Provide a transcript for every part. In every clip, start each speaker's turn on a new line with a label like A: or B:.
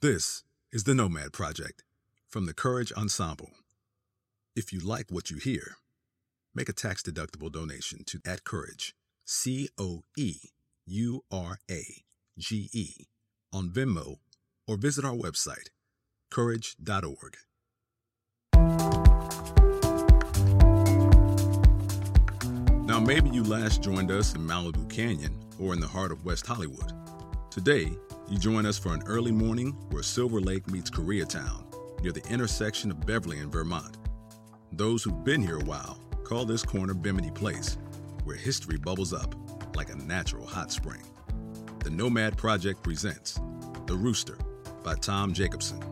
A: This is the Nomad Project from the Courage Ensemble. If you like what you hear, make a tax deductible donation to at Courage, C O E U R A G E, on Venmo or visit our website, courage.org. Now, maybe you last joined us in Malibu Canyon or in the heart of West Hollywood. Today, you join us for an early morning where Silver Lake meets Koreatown near the intersection of Beverly and Vermont. Those who've been here a while call this corner Bimini Place, where history bubbles up like a natural hot spring. The Nomad Project presents The Rooster by Tom Jacobson.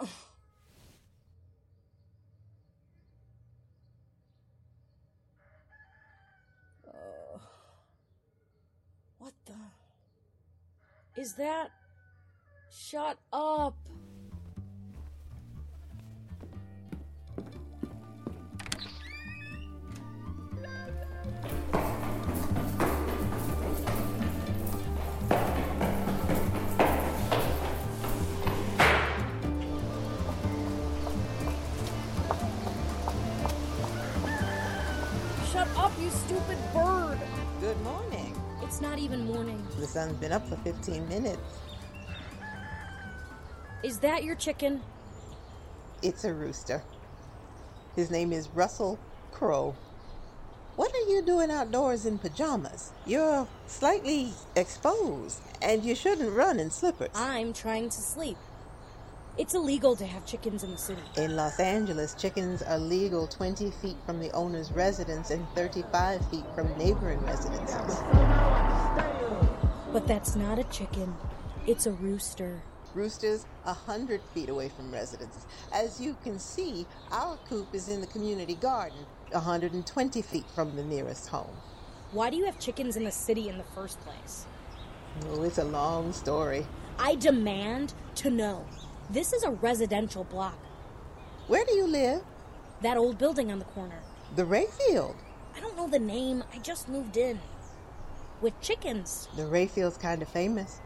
B: Ugh. Ugh. What the? Is that? Shut up! Shut up, you stupid bird!
C: Good morning.
D: It's not even morning.
C: The sun's been up for 15 minutes.
D: Is that your chicken?
C: It's a rooster. His name is Russell Crowe. What are you doing outdoors in pajamas? You're slightly exposed, and you shouldn't run in slippers.
D: I'm trying to sleep. It's illegal to have chickens in the city.
C: In Los Angeles, chickens are legal 20 feet from the owner's residence and 35 feet from neighboring residences.
D: But that's not a chicken. It's a rooster.
C: roosters a hundred feet away from residences. As you can see, our coop is in the community garden, 120 feet from the nearest home.
D: Why do you have chickens in the city in the first place?
C: Oh, it's a long story.
D: I demand to know. This is a residential block.
C: Where do you live?
D: That old building on the corner.
C: The Rayfield.
D: I don't know the name. I just moved in. With chickens.
C: The Rayfield's kind of famous.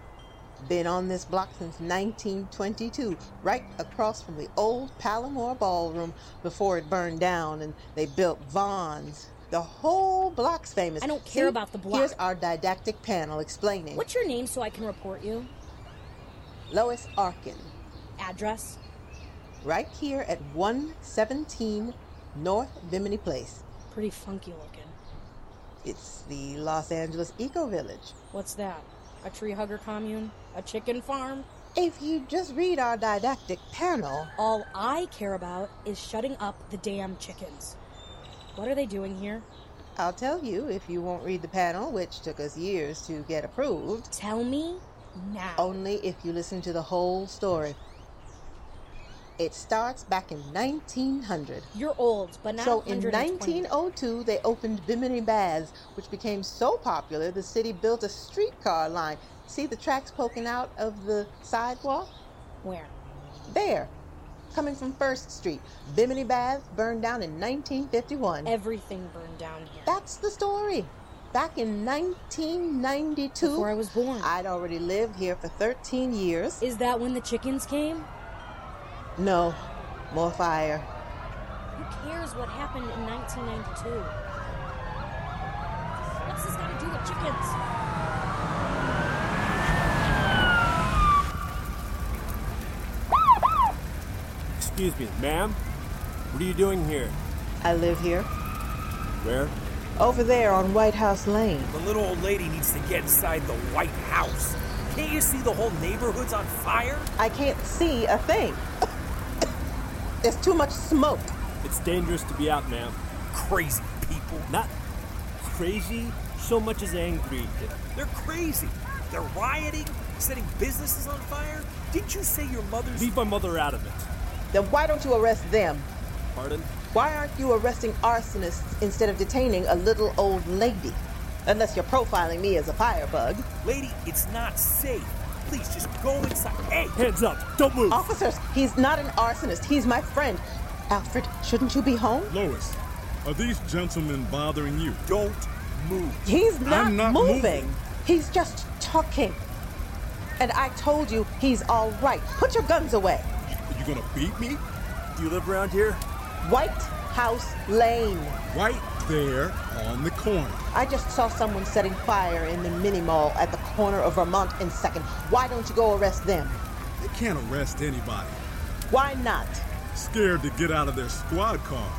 C: Been on this block since 1922, right across from the old Palomar Ballroom before it burned down and they built Vaughn's. The whole block's famous.
D: I don't care
C: See,
D: about the block.
C: Here's our didactic panel explaining.
D: What's your name so I can report you?
C: Lois Arkin,
D: Address?
C: right here at 117 North Bimini Place.
D: Pretty funky looking.
C: It's the Los Angeles Eco Village.
D: What's that? A tree hugger commune? A chicken farm?
C: If you just read our didactic panel,
D: All I care about is shutting up the damn chickens. What are they doing here?
C: I'll tell you if you won't read the panel, which took us years to get approved,
D: Tell me now.
C: only if you listen to the whole story. It starts back in 1900.
D: You're old, but not
C: so in oh-
D: 120.
C: 1902, they opened Bimini Baths, which became so popular the city built a streetcar line. See the tracks poking out of the sidewalk?
D: Where?
C: There, coming from First Street. Bimini Baths burned down in 1951.
D: Everything burned down here.
C: That's the story. Back in 1992,
D: Before I was born.
C: I'd already lived here for 13 years.
D: Is that when the chickens came?
C: No, more fire.
D: Who cares what happened in 1992? What's this got to do with chickens?
E: Excuse me, ma'am? What are you doing here?
C: I live here.
E: Where?
C: Over there on White House Lane.
F: The little old lady needs to get inside the White House. Can't you see the whole neighborhood's on fire?
C: I can't see a thing. There's too much smoke.
E: It's dangerous to be out, ma'am.
F: Crazy people.
E: Not crazy so much as angry.
F: They're crazy. They're rioting, setting businesses on fire. Didn't you say your mother's.
E: Leave my mother out of it.
C: Then why don't you arrest them?
E: Pardon?
C: Why aren't you arresting arsonists instead of detaining a little old lady? Unless you're profiling me as a firebug.
F: Lady, it's not safe. Please just go inside. Hey,
E: Hands up. Don't move.
C: Officers, he's not an arsonist. He's my friend. Alfred, shouldn't you be home?
A: Lois, are these gentlemen bothering you?
F: don't move.
C: He's not,
A: I'm not
C: moving.
A: moving.
C: He's just talking. And I told you he's all right. Put your guns away.
A: Are you gonna beat me?
E: Do you live around here?
C: White House Lane.
A: Right there on the corner.
C: I just saw someone setting fire in the mini mall at the corner of Vermont and Second. Why don't you go arrest them?
A: They can't arrest anybody.
C: Why not?
A: Scared to get out of their squad car.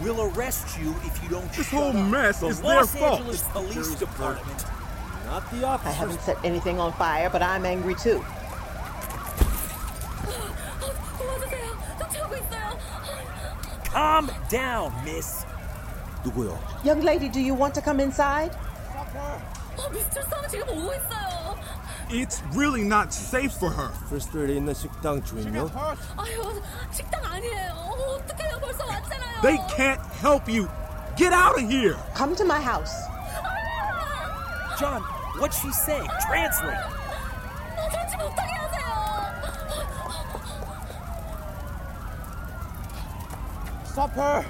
F: We'll arrest you if you don't.
A: This
F: shut
A: whole
F: up.
A: mess
F: the
A: is their
F: Los
A: fault.
F: Angeles Police Department.
E: Not the
C: I
E: officers.
C: haven't set anything on fire, but I'm angry too.
F: Calm down, Miss.
C: Young lady, do you want to come inside?
A: It's really not safe for her.
E: Frustrated in the 식당 주인요?
A: They can't help you. Get out of here.
C: Come to my house.
F: John, what's she saying? Translate.
G: Stop her!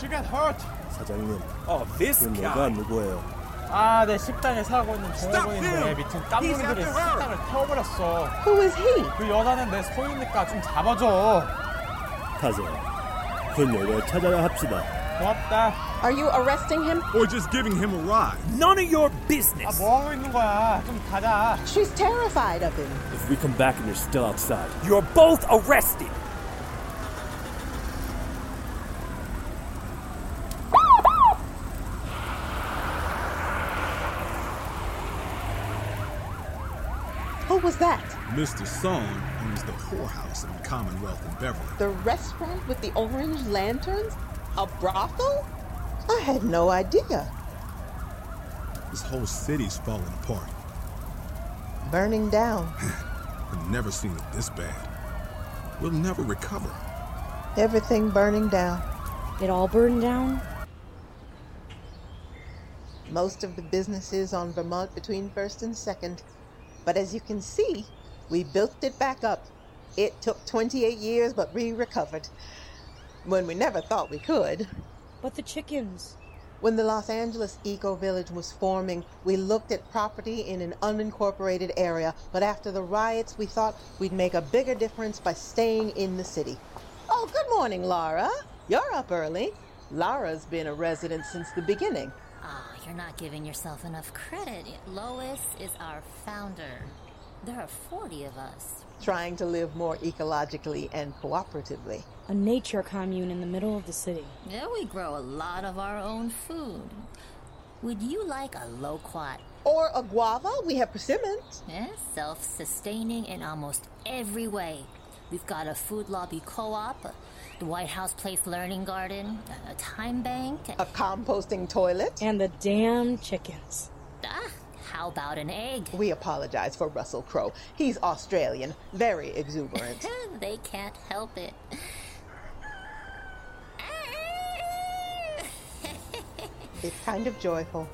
G: She got hurt!
E: 사장님,
F: Oh, this
E: 그 뭐가
F: guy.
E: 누구예요?
G: 아, 내 식당에 사고 있는
A: Stop
G: 종업원인데
A: him!
G: 미친 깜놀이들이
A: He's after her!
G: 식당을 태워버렸어.
C: Who is he?
G: 그 여자는 내 소유니까 좀 잡아줘.
E: 가세요. 그녀를 찾아야 합시다.
G: 고맙다.
C: Are you arresting him?
A: Or just giving him a ride.
F: None of your
G: 아,
F: business.
G: 뭐하고 있는 거야? 좀 가자.
C: She's terrified of him.
E: If we come back and you're still outside,
F: You're both arrested.
C: Who was that?
A: Mr. Song owns the whorehouse in Commonwealth in Beverly.
C: The restaurant with the orange lanterns? A brothel? I had no idea.
A: This whole city's falling apart.
C: Burning down.
A: I've never seen it this bad. We'll never recover.
C: Everything burning down.
D: It all burned down?
C: most of the businesses on Vermont between first and second. But as you can see, we built it back up. It took 28 years, but we recovered. When we never thought we could.
D: But the chickens.
C: When the Los Angeles Eco Village was forming, we looked at property in an unincorporated area, but after the riots, we thought we'd make a bigger difference by staying in the city. Oh, good morning, Laura. You're up early. Laura's been a resident since the beginning.
H: Ah, you're not giving yourself enough credit. Lois is our founder. There are 40 of us.
C: trying to live more ecologically and cooperatively.
D: A nature commune in the middle of the city.
H: Yeah, we grow a lot of our own food. Would you like a loquat?
C: Or a guava, we have persimmons.
H: Yeah, self sustaining in almost every way. We've got a food lobby co op, the White House Place Learning Garden, a time bank. ah,
C: A composting toilet.
D: And the damn chickens.
H: Ah, how about an egg?
C: We apologize for Russell Crowe. He's Australian, very exuberant.
H: they can't help it. Ah,
C: it's kind of joyful.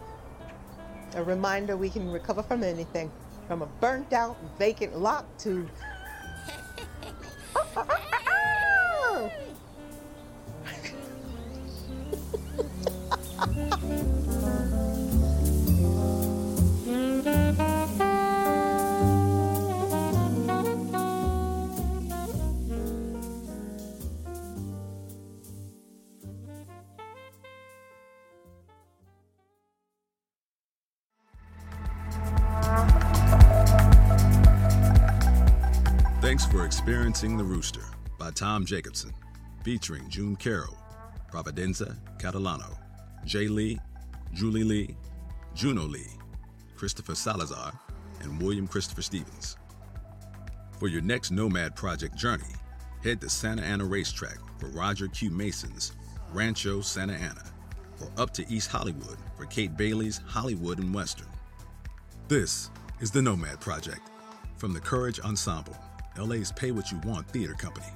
C: A reminder we can recover from anything. From a burnt out, vacant lot to.
A: Thanks for experiencing The Rooster by Tom Jacobson, featuring June Carroll, Providenza Catalano, Jay Lee, Julie Lee, Juno Lee, Christopher Salazar, and William Christopher Stevens. For your next Nomad Project journey, head to Santa Ana Racetrack for Roger Q. Mason's Rancho Santa Ana, or up to East Hollywood for Kate Bailey's Hollywood and Western. This is the Nomad Project from the Courage Ensemble, LA's Pay What You Want theater company.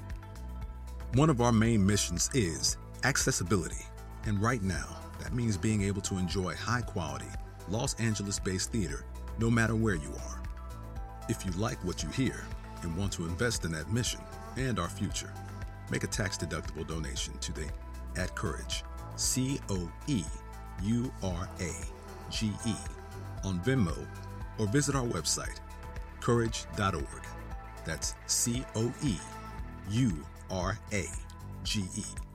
A: One of our main missions is accessibility, and right now, that means being able to enjoy high quality, Los Angeles based theater no matter where you are. If you like what you hear and want to invest in that mission and our future, make a tax deductible donation today at Courage, C O E U R A G E, on Venmo or visit our website, courage.org. That's C O E U R A G E.